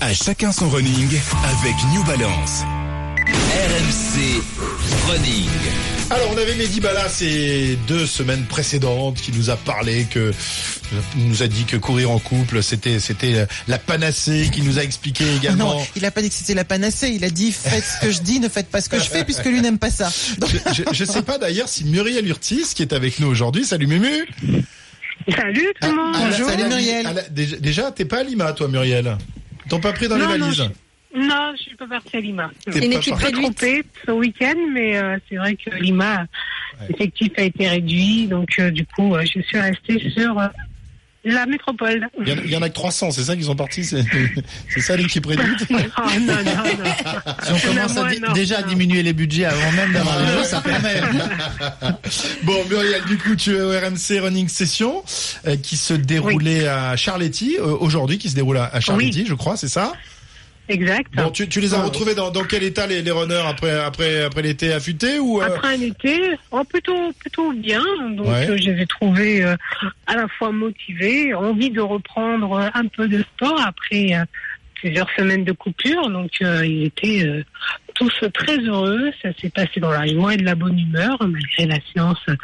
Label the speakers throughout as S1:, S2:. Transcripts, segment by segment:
S1: À chacun son running avec New Balance.
S2: RMC Running.
S3: Alors on avait Mehdi Bala ces deux semaines précédentes qui nous a parlé que nous a dit que courir en couple c'était c'était la panacée qui nous a expliqué également.
S4: Non, il a pas dit que c'était la panacée, il a dit faites ce que je dis, ne faites pas ce que je fais puisque lui n'aime pas ça. Donc-
S5: Ah
S3: Je, je sais pas d'ailleurs si Muriel Urtis qui est avec nous aujourd'hui, salut Mumu.
S5: Salut tout le monde.
S3: Ah,
S4: Bonjour.
S3: à la-
S4: Salut, Muriel.
S3: à la- déjà, déjà, t'es pas à Lima toi Muriel. T'en pas pris dans
S5: Non,
S3: les
S5: non,
S3: valises.
S5: Non, je suis pas partie à Lima. Je
S3: T'es
S5: me
S6: Une
S3: pas
S6: étude
S3: parti.
S5: suis
S6: réduite.
S5: trompée ce week-end, mais euh, c'est vrai que Lima, l'effectif a été réduit, donc euh, du coup, euh, je suis restée sur euh, la métropole.
S3: Il y en a- il y en a que 300, c'est ça qu'ils sont partis, c'est c'est ça l'équipe réduite.
S5: non, Oh, non, non, non.
S7: Si on commence à
S5: moi,
S7: di-
S5: non,
S7: déjà à
S5: non. Ah,
S7: diminuer les budgets avant même d'avoir les jeux, ça permet.
S3: Bon, Muriel, du coup, tu es au RMC Running Session euh, qui se déroulait à Charletti, euh, aujourd'hui, qui se déroule à, à Charletti, je crois, c'est ça
S5: Exact.
S3: Bon, tu, tu les as
S5: Ah,
S3: retrouvés dans, dans quel état les, les runners après, après, après l'été affûté ou euh,
S5: Après un été, oh, plutôt, plutôt bien. Donc,
S3: Ouais.
S5: euh, je les ai trouvés euh, à la fois motivés, envie de reprendre euh, un peu de sport après euh, plusieurs semaines de coupure. Donc, euh, ils étaient euh, tous très heureux. Ça s'est passé dans la joie et de la bonne humeur, malgré la séance.
S3: Hmm.
S5: euh,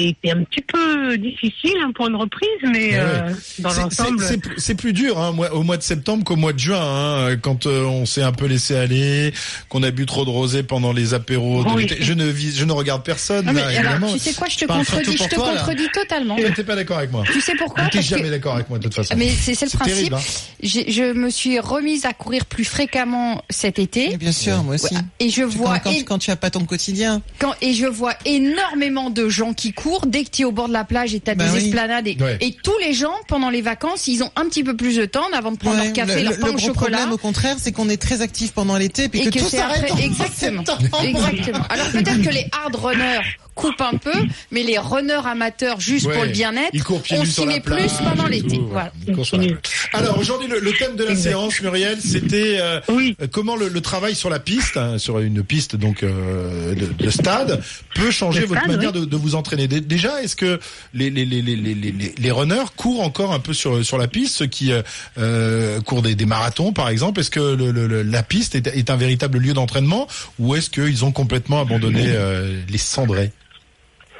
S5: a été un petit peu difficile hein, pour une reprise, mais
S3: Ah
S5: euh, dans
S3: c'est- c'est-
S5: l'ensemble.
S3: c'est plus- C'est plus dur hein, moi- au mois de septembre qu'au mois de juin, hein, quand euh, on s'est un peu laissé aller, qu'on a bu trop de rosé pendant les apéros. de
S5: Oui. Ah,
S3: l'été. Je ne vis, je ne regarde personne.
S6: Non, mais
S3: là,
S6: alors,
S3: Bah, évidemment.
S6: tu sais quoi, je te
S7: parle
S6: contredis,
S7: surtout
S6: je
S7: pour
S6: te
S7: toi, là.
S6: contredis totalement.
S3: Tu n'es pas d'accord avec moi.
S6: Tu sais pourquoi
S3: Tu n'es
S6: Parce que-
S3: jamais d'accord avec moi de toute façon.
S6: Mais c'est c'est le
S3: C'est
S6: principe.
S3: terrible, hein.
S6: J'ai- Je me suis remise à courir plus fréquemment cet
S4: Et
S6: été.
S4: bien sûr, moi aussi.
S6: Ouais, Et je
S4: Tu-
S6: vois
S4: quand, quand-
S6: é-
S4: quand tu as pas ton quotidien.
S6: quand- et je vois énormément de gens qui courent dès que tu es au bord de la plage et t'as
S4: Bah
S6: des
S4: oui.
S6: esplanades et,
S3: Ouais.
S6: et tous les gens pendant les vacances ils ont un petit peu plus de temps avant de prendre
S4: Ouais,
S6: leur café
S4: le,
S6: leur
S4: le-
S6: pain
S4: le
S6: au
S4: gros
S6: chocolat
S4: problème au contraire, c'est qu'on est très actif pendant l'été puis
S6: et
S4: que,
S6: que
S4: tout
S6: c'est
S4: s'arrête
S6: après
S4: en
S6: exactement
S4: septembre.
S6: exactement alors peut-être que les hard runners coupent un peu mais les runners amateurs juste pour
S3: Ouais.
S6: le bien-être
S3: Ils courent pieds
S6: on
S3: nus
S6: s'y
S3: sur la
S6: met
S3: plage
S6: plus pendant
S3: et
S6: l'été
S3: tout,
S6: voilà
S3: ils courent sur la plage. Alors aujourd'hui, le, le thème de la séance, Muriel, c'était euh,
S5: Oui.
S3: euh, comment le, le travail sur la piste, hein, sur une piste donc euh, de, de stade, peut changer
S5: De
S3: votre
S5: stade,
S3: manière de, de vous entraîner. Dé- Déjà, est-ce que les, les, les, les, les, les- les runners courent encore un peu sur, sur la piste, ceux qui euh, euh, courent des, des marathons par exemple Est-ce que le, le- le- la piste est, est un véritable lieu d'entraînement ou est-ce qu'ils ont complètement abandonné euh, les cendrés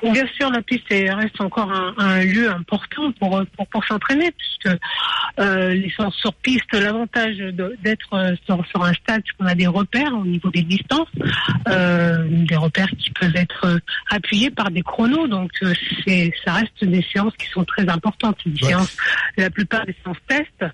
S5: Bien sûr, la piste est- reste encore un, un lieu important pour euh, pour, pour s'entraîner, puisque euh, les séances sur piste, l'avantage de- d'être euh, sur, sur un stade, c'est qu'on a des repères au niveau des distances, euh, des repères qui peuvent être euh, appuyés par des chronos. Donc, euh, c'est ça reste des séances qui sont très importantes. Des
S3: Ouais.
S5: séances, la plupart des séances test.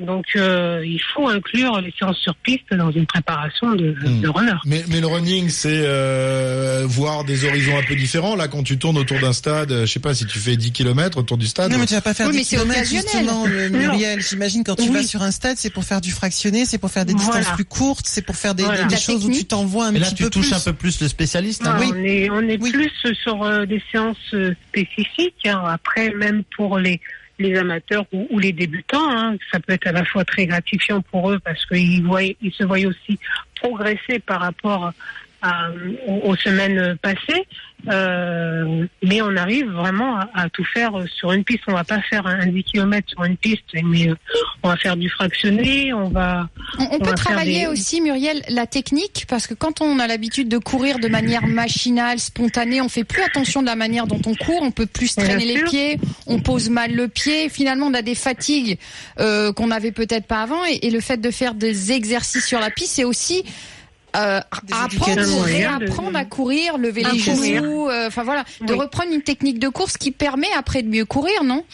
S5: Donc, euh, il faut inclure les séances sur piste dans une préparation de,
S3: Mm.
S5: de runner.
S3: Mais, mais le running, c'est euh, voir des horizons un peu différents. Là, quand tu tournes autour d'un stade, euh, je sais pas si tu fais 10 km autour du stade.
S4: Non mais tu vas pas faire
S6: Oui,
S4: des
S6: mais c'est
S4: kilomètres
S6: occasionnel.
S4: justement, euh,
S5: Non.
S4: Muriel. J'imagine quand tu
S5: Oui.
S4: vas sur un stade, c'est pour faire du fractionné, c'est pour faire des distances
S5: Voilà.
S4: plus courtes, c'est pour faire des,
S5: Voilà.
S4: des
S6: La
S4: choses où tu
S6: technique.
S4: t'envoies un
S7: Et là,
S4: petit
S7: tu
S4: peu
S7: touches
S4: plus.
S7: un peu plus le spécialiste. hein.
S5: Ah,
S4: Oui.
S5: On est, on est
S4: Oui.
S5: plus sur euh, des séances euh, spécifiques. hein. Après, même pour les, les amateurs ou, ou les débutants, hein, ça peut être à la fois très gratifiant pour eux parce qu'ils voient, ils se voient aussi progresser par rapport à, aux, aux semaines passées. Euh, mais on arrive vraiment à, à tout faire euh, sur une piste. On va pas faire un 10 km sur une piste, mais euh, on va faire du fractionné, on va...
S6: On, on
S5: va
S6: peut
S5: faire
S6: travailler
S5: des-
S6: aussi, Muriel, la technique, parce que quand on a l'habitude de courir de manière machinale, spontanée, on fait plus attention de la manière dont on court, on peut plus
S5: Bien
S6: traîner les
S5: sûr.
S6: pieds, on pose mal le pied. Finalement, on a des fatigues euh, qu'on n'avait peut-être pas avant, et, et le fait de faire des exercices sur la piste, c'est aussi euh,
S4: Des
S6: apprendre,
S4: éducations.
S6: réapprendre à courir, lever
S5: À
S6: les
S5: courir.
S6: genoux, euh, enfin voilà, de
S5: Oui.
S6: reprendre une technique de course qui permet après de mieux courir, non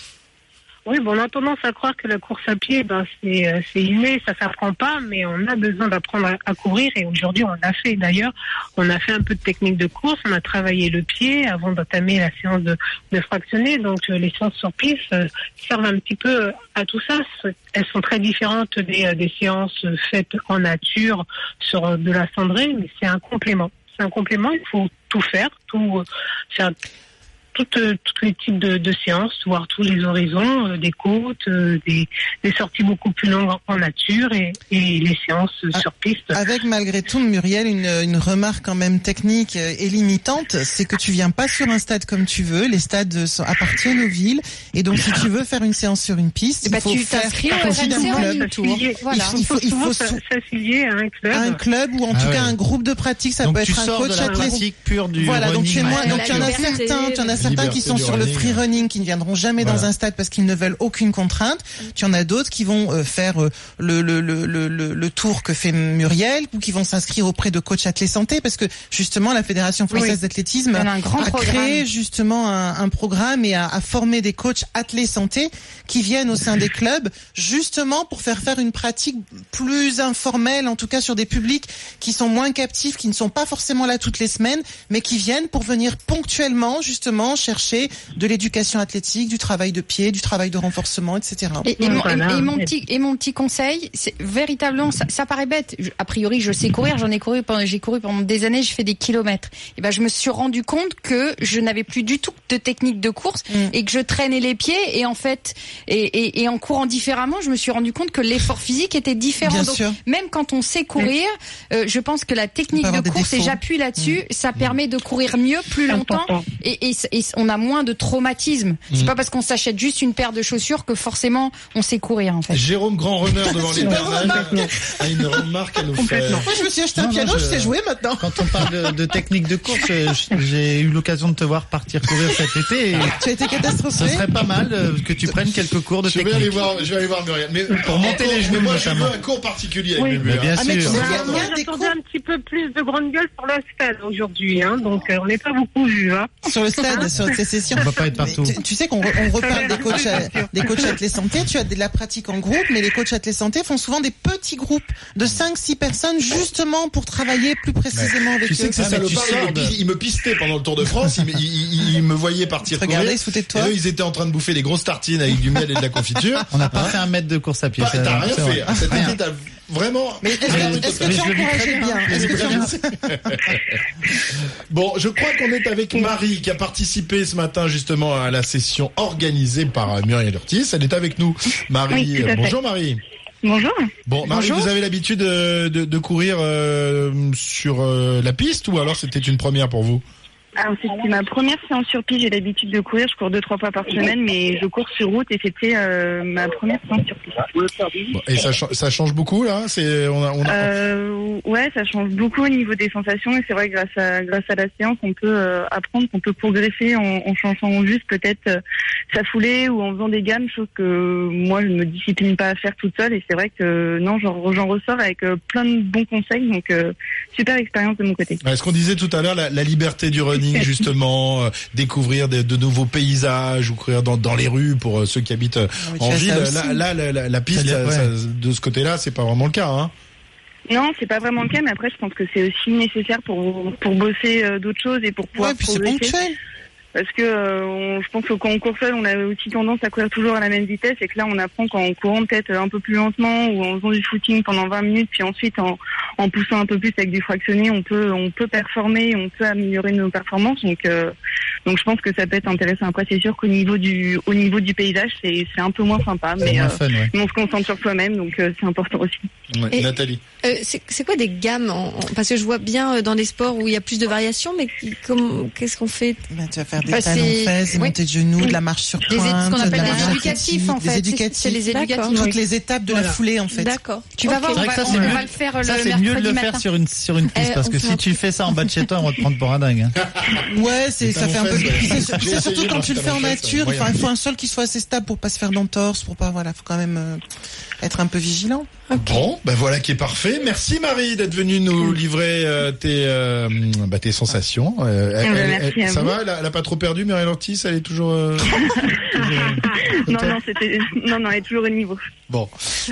S5: Oui, bon, on a tendance à croire que la course à pied, ben, c'est euh, c'est inné, ça s'apprend pas, mais on a besoin d'apprendre à, à courir et aujourd'hui on l'a fait. D'ailleurs, on a fait un peu de technique de course, on a travaillé le pied avant d'entamer la séance de, de fractionner. Donc euh, les séances sur piste euh, servent un petit peu euh, à tout ça. C'est- Elles sont très différentes des, euh, des séances euh, faites en nature sur euh, de la cendrée, mais c'est un complément. C'est un complément, il faut tout faire, tout euh, faire. tout toutes, euh, tous les types de, de séances, voir tous les horizons, euh, des côtes, euh, des, des sorties beaucoup plus longues en, en nature et, et les séances euh,
S4: Ah.
S5: sur piste.
S4: Avec malgré tout, Muriel, une, une remarque quand même technique euh, et limitante, c'est que tu viens pas sur un stade comme tu veux. Les stades euh, sont, appartiennent aux villes, et donc si tu veux faire une séance sur une piste,
S6: Eh
S4: il
S6: ben,
S4: faut
S6: tu
S4: faire
S6: t'inscris au
S4: partie d'un
S6: RMC en
S4: club.
S6: ligne. tour.
S5: S'affilier-
S6: Voilà.
S5: Il faut,
S4: Il faut- il faut
S5: souvent
S4: sou-
S5: s'affilier à un club.
S4: un club ou en
S7: Ah
S4: tout
S7: ouais.
S4: cas un groupe de pratique, ça
S7: donc
S4: peut
S7: tu
S4: être bah, un
S7: sors de
S4: coach
S7: la
S4: athlète.
S7: pratique pure du
S4: Voilà, donc
S7: running
S4: chez moi,
S7: man.
S4: donc
S6: la
S4: il y en a
S6: liberté.
S4: certains, tu en as certains
S3: Liberté
S4: qui sont
S3: du
S4: sur le
S3: running.
S4: free running, qui ne viendront jamais dans
S3: Voilà.
S4: un stade parce qu'ils ne veulent aucune contrainte. Tu en as d'autres qui vont euh, faire euh, le, le, le, le, le- le tour que fait Muriel ou qui vont s'inscrire auprès de coach athlète santé parce que justement la Fédération française
S6: Oui.
S5: Bah,
S4: d'athlétisme
S6: Elle a un grand
S4: a
S6: programme.
S4: créé justement un, un programme et a, a formé des coachs athlètes santé qui viennent au sein des clubs justement pour faire faire une pratique plus informelle, en tout cas sur des publics qui sont moins captifs, qui ne sont pas forcément là toutes les semaines, mais qui viennent pour venir ponctuellement justement chercher de l'éducation athlétique, du travail de pied, du travail de renforcement, etc.
S6: Et, et mon,
S5: Voilà.
S6: et- et mon petit, et mon petit conseil, c'est véritablement, ça, ça paraît bête. Je- a priori, je sais courir, j'en ai couru pendant, j'ai couru pendant des années, je fais des kilomètres. Et ben, je me suis rendu compte que je n'avais plus du tout de technique de course
S4: Mm.
S6: et que je traînais les pieds. Et en fait, et, et- et en courant différemment, je me suis rendu compte que l'effort physique était différent.
S4: Bien
S6: Donc,
S4: sûr.
S6: même quand on sait courir, euh, je pense que la technique
S4: avoir
S6: de
S4: des
S6: course, et
S4: défauts. Mm.
S6: j'appuie là-dessus, ça permet de courir mieux, plus longtemps,
S5: Important.
S6: et, et- et on a moins de traumatismes.
S7: Mm.
S6: C'est pas parce qu'on s'achète juste une paire de chaussures que forcément on sait courir en fait.
S3: euh, Jérôme Grand Runner devant les
S4: Super
S3: barrages a une remarque à nous faire.
S4: Moi, je me suis acheté un
S7: Non, non,
S4: piano, je...
S7: je-
S4: sais jouer maintenant.
S7: Quand on parle de, de technique de course, euh, j- j'ai eu l'occasion de te voir partir courir cet été. Et
S4: Tu as été
S7: ce
S4: catastrophé.
S7: serait pas mal euh, que tu prennes quelques cours de
S3: Je vais
S7: technique.
S3: aller voir, je vais aller voir Muriel. Mais
S7: Pour monter les
S3: mais
S7: genoux,
S3: moi je veux
S7: notamment.
S3: un cours particulier avec
S5: Oui.
S3: mes
S7: Mais
S3: murs.
S7: Bah, bien
S4: Ah, mais tu
S7: sûr.
S4: sais, il
S5: Ouais,
S4: y
S5: moi,
S4: a des
S5: j'attendais
S4: cours
S5: un petit peu plus de grande gueule sur le stade aujourd'hui, hein, donc euh, on n'est pas beaucoup vu. Hein.
S4: sur le stade, sur ces sessions.
S7: On va pas être partout.
S4: Mais Tu, tu sais qu'on re- on reparle des coachs,
S5: Ça
S4: à-
S5: va être
S4: des coachs athlètes santé. Tu as de la pratique en groupe, mais les coachs athlètes santé font souvent des petits groupes de 5-6 personnes justement pour travailler plus précisément avec
S3: Tu sais
S4: eux.
S3: que ces
S7: Ah, mais tu
S3: salopards, ils
S7: sors
S3: me
S7: de-
S3: pis- ils me pistaient pendant le Tour de France, ils me, ils- ils- ils me voyaient
S4: Ils
S3: partir
S4: te regardaient,
S3: courir.
S4: ils se foutaient de toi.
S3: Et eux, ils étaient en train de bouffer des grosses tartines avec du miel et de la confiture.
S7: On n'a pas fait un mètre de course à pied.
S3: Pas-
S7: ça,
S3: T'as rien
S7: c'est vrai.
S3: fait. hein. Cet
S7: Ah. Bah, Rien. hein.
S3: été, t'as vraiment.
S4: Mais est-ce
S3: rien
S4: que,
S3: du
S4: est-ce que
S3: tout.
S7: Mais
S4: tu
S7: je le vis
S4: encourageais
S7: très
S4: bien Est-ce que tu encourageais-
S3: Bon, je crois qu'on est avec Marie qui a participé ce matin justement à la session organisée par euh, Muriel Ortiz. Elle est avec nous. Marie,
S5: Oui, tout à
S3: euh,
S5: fait.
S3: bonjour Marie.
S5: Bonjour.
S3: Bon, Marie,
S4: Bonjour.
S3: vous avez l'habitude euh, de, de courir euh, sur euh, la piste ou alors c'était une première pour vous
S8: Alors c'était ma première séance sur piste. J'ai l'habitude de courir, je cours deux trois fois par semaine, mais je cours sur route et c'était euh, ma première séance sur piste.
S3: Bon, Et ça, cha- ça change beaucoup là C'est on a, on a-
S8: Euh, ouais, ça change beaucoup au niveau des sensations et c'est vrai que grâce à grâce à la séance, on peut euh, apprendre, qu'on peut progresser en, en changeant juste peut-être euh, sa foulée ou en faisant des gammes, chose que moi je me discipline pas à faire toute seule et c'est vrai que euh, non, j'en j'en ressors avec euh, plein de bons conseils, donc euh, super expérience de mon côté.
S5: Euh.
S3: Ouais, ce qu'on disait tout à l'heure, la, la liberté du running justement, euh, découvrir des- de nouveaux paysages ou courir dans, dans les rues pour euh, ceux qui habitent euh,
S4: Non, mais tu
S3: en ville.
S4: as ça aussi.
S3: Là, là, la, la- la piste,
S7: Ça l'est,
S3: ça- ça- de ce côté-là, c'est pas vraiment le cas. Hein.
S8: Non, c'est pas vraiment le cas, mais après, je pense que c'est aussi nécessaire pour pour bosser euh, d'autres choses et pour pouvoir
S4: Ouais, puis c'est
S8: progresser.
S4: ponctuel.
S8: Parce que euh, on- je pense que quand on court seul, on a aussi tendance à courir toujours à la même vitesse, et que là, on apprend qu'en courant peut-être un peu plus lentement ou en faisant du footing pendant 20 minutes, puis ensuite en, en poussant un peu plus avec du fractionné, on peut on peut performer, on peut améliorer nos performances. Donc euh, donc je pense que ça peut être intéressant. Après, c'est sûr qu'au niveau du au niveau du paysage, c'est c'est un peu moins sympa,
S7: C'est
S8: mais
S7: moins
S8: euh,
S7: fun, ouais.
S8: on se concentre sur soi-même, donc euh, c'est important aussi.
S3: Ouais,
S9: Et-
S3: Nathalie.
S9: Euh, c'est c'est quoi des gammes en- en- Parce que je vois bien euh, dans les sports où il y a plus de variations, mais qui- comme- qu'est-ce qu'on fait
S4: Ben, tu vas faire des
S6: Bah,
S4: talons
S6: c'est-
S4: fesses, des
S6: oui.
S4: montées de genoux, de la marche sur
S6: Des,
S4: pointe,
S6: ce qu'on
S4: de
S6: appelle
S4: la marche
S6: des
S4: athlétique,
S6: éducatifs en fait.
S4: des
S6: C'est-
S4: éducatifs,
S9: C'est les
S4: toutes
S9: éducatifs.
S4: les étapes de la
S7: Voilà.
S4: foulée en fait.
S9: D'accord.
S6: Tu vas voir,
S7: C'est
S6: on
S7: vrai
S6: va,
S7: que ça, c'est
S6: on
S7: mieux.
S6: va le faire euh,
S7: Ça,
S6: le
S7: c'est mieux de
S6: mercredi
S7: le
S6: matin.
S7: faire sur une, sur une piste,
S9: Euh,
S7: parce
S9: on
S7: que
S9: fait
S7: si
S9: un
S7: tu fais ça en bas de chez toi, on va te prendre pour un dingue. hein.
S4: Ouais, c'est
S3: Les
S4: ça fait un
S3: talons
S4: peu.
S3: fesses,
S4: Puis
S3: ouais.
S4: c'est-
S3: J'ai
S4: c'est
S3: essayé
S4: surtout
S3: dans
S4: quand tu le
S3: le
S4: fais en
S3: talon fesse,
S4: nature.
S3: moyen.
S4: Enfin, il faut un sol qui soit assez stable pour pas se faire d'entorse, pour pas voilà, faut quand même euh, être un peu vigilant.
S3: Bon, ben voilà qui est parfait. Merci Marie d'être venue nous livrer euh, tes, euh, bah, tes sensations. Euh, elle-
S8: ben,
S3: elle-
S8: merci
S3: elle-
S8: à
S3: ça
S8: vous.
S3: va, elle a, elle a pas trop perdu, Muriel Ortiz, elle est toujours. euh, toujours-
S8: Non, non, c'était non, non, elle est toujours au niveau.
S3: Bon,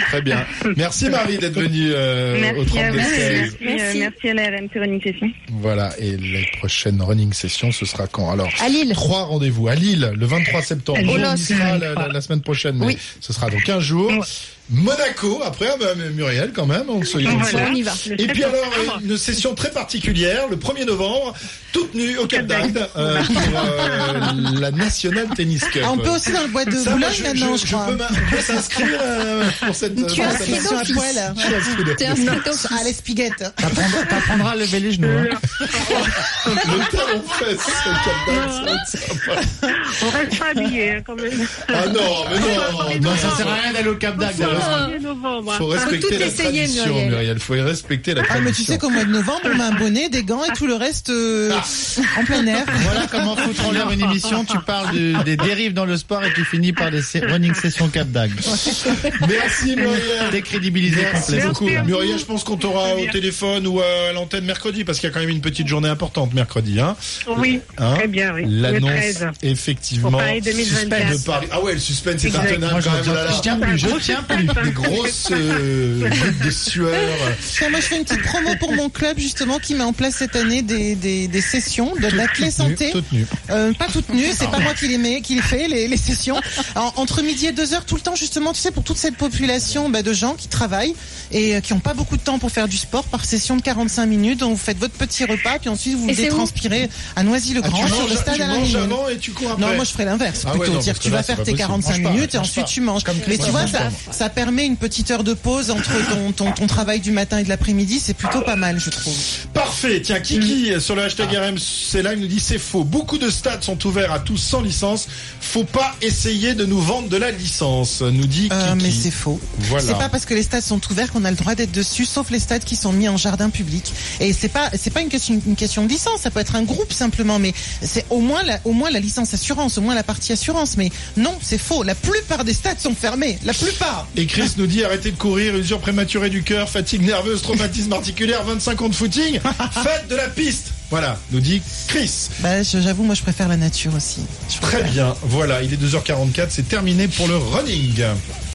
S3: très bien. Merci Marie d'être venue euh, au
S8: Merci à
S3: 32
S8: vous. et
S3: 16.
S8: Merci, euh, merci à la RMC Running Session.
S3: Voilà, et les prochaines running sessions, ce sera quand Alors,
S6: À Lille.
S3: trois rendez-vous à Lille le 23 septembre.
S6: Au
S3: On y
S6: Los.
S3: sera la, la- la semaine prochaine, mais
S6: Oui.
S3: ce sera dans 15 jours. Monaco, après, ah bah, Muriel, quand même, on se
S5: Voilà.
S9: on y va.
S5: Le
S3: Et
S5: sept
S3: puis alors,
S5: octobre.
S3: une session très particulière, le 1er novembre, toute nue au Cap d'Agde, euh, pour euh, la National Tennis Cup.
S4: Ah, on peut aussi dans le bois de
S3: Ça, moi,
S4: Boulogne
S3: je-
S4: maintenant,
S3: je,
S4: je,
S3: je
S4: crois.
S3: peux m'in- je peux s'inscrire euh, pour cette... pour
S4: Tu as
S3: cette
S4: inscrit
S3: action.
S4: à poil.
S3: Je suis inscrit de-
S9: T'es inscrite au
S4: hein, À l'espiguette.
S7: T'apprendras t'apprendras à lever les genoux. hein.
S3: Le talon fesse au Cap d'Agde, ça va être sympa.
S5: On reste pas habillé hein, quand même.
S3: Ah non, mais non,
S7: Non,
S3: non,
S7: Bah, ça sert à rien d'aller au Cap d'Agde.
S5: Le
S7: alors.
S5: 1er novembre. hein.
S3: Faut respecter
S9: tout
S3: la
S9: essayer,
S3: tradition,
S9: Muriel.
S3: Muriel. Faut respecter la
S4: Ah, mais tu
S3: tradition.
S4: sais qu'au mois de novembre, on met un bonnet, des gants et tout le reste euh,
S3: Ah.
S4: en plein air.
S7: Voilà comment foutre en l'air une émission. Tu parles de- des dérives dans le sport et tu finis par des sé- running sessions Cap d'Agde.
S3: Merci Muriel.
S7: Décrédibilisé
S3: Merci
S7: complètement.
S3: beaucoup.
S5: Merci à vous.
S3: Muriel, je pense qu'on t'aura au téléphone ou à l'antenne mercredi, parce qu'il y a quand même une petite journée importante mercredi. Hein
S5: Oui,
S3: Hein
S5: très bien, oui. Le
S3: L'annonce,
S5: 13.
S3: effectivement,
S5: Pour Paris 2024.
S3: de Paris. Ah ouais, le suspense est
S5: Exact.
S3: intenable
S7: Moi,
S3: quand même. oh là
S7: je,
S3: là.
S7: je tiens plus, je tiens plus.
S3: Des grosses euh, gouttes de sueur.
S4: Tiens, moi, je fais une petite promo pour mon club, justement, qui met en place cette année des, des, des sessions de l'athlète santé.
S3: Toute nue.
S4: Euh, pas toutes nues, c'est pas moi qui les mets, qui les fait les, les sessions. Alors, entre midi et deux heures tout le temps justement, tu sais, pour toute cette population bah, de gens qui travaillent et euh, qui n'ont pas beaucoup de temps pour faire du sport par session de 45 minutes. Donc vous faites votre petit repas puis ensuite vous
S9: Et c'est où
S4: détranspirez à
S3: Ah,
S4: Noisy-le-Grand
S3: tu
S4: sur
S3: manges,
S4: le stade
S3: tu
S4: à la
S3: manges
S4: Réunion.
S3: avant et tu cours après.
S4: Non, moi je ferais l'inverse.
S3: Ah ouais,
S4: Plutôt
S3: non,
S4: dire
S3: parce
S4: que
S3: que
S4: tu
S3: là,
S4: vas
S3: c'est
S4: faire
S3: pas
S4: tes
S3: possible.
S4: 45
S3: Mange pas,
S4: minutes et
S3: mange
S4: ensuite
S3: pas.
S4: tu manges.
S3: Comme
S4: Mais
S3: Chris
S4: tu vois,
S3: Evans,
S4: ça, ça permet une petite heure de pause entre ton, ton, ton travail du matin et de l'après-midi. C'est plutôt pas mal, je trouve.
S3: Parfait. Tiens, Kiki sur le hashtag
S4: Ah.
S3: RMC Live nous dit c'est faux. Beaucoup de stades sont ouverts à tous sans licence. Faut pas essayer de nous vendre de la licence, nous dit
S4: Euh,
S3: Kiki.
S4: mais c'est faux.
S3: Voilà.
S4: C'est pas parce que les stades sont ouverts qu'on a le droit d'être dessus, sauf les stades qui sont mis en jardin public. Et c'est pas c'est pas une question une question de licence, ça peut être un groupe simplement, mais c'est au moins la, au moins la licence assurance, au moins la partie assurance. Mais non, c'est faux. La plupart des stades sont fermés, la plupart.
S3: Et Chris nous dit arrêtez de courir, usure prématurée du cœur, fatigue nerveuse, traumatisme articulaire, 25 ans de footing, faites de la piste. Voilà, nous dit Chris.
S4: Bah, je- j'avoue, moi je préfère la nature aussi. Je
S3: Très bien. Voilà, il est 2h44, c'est terminé pour le running.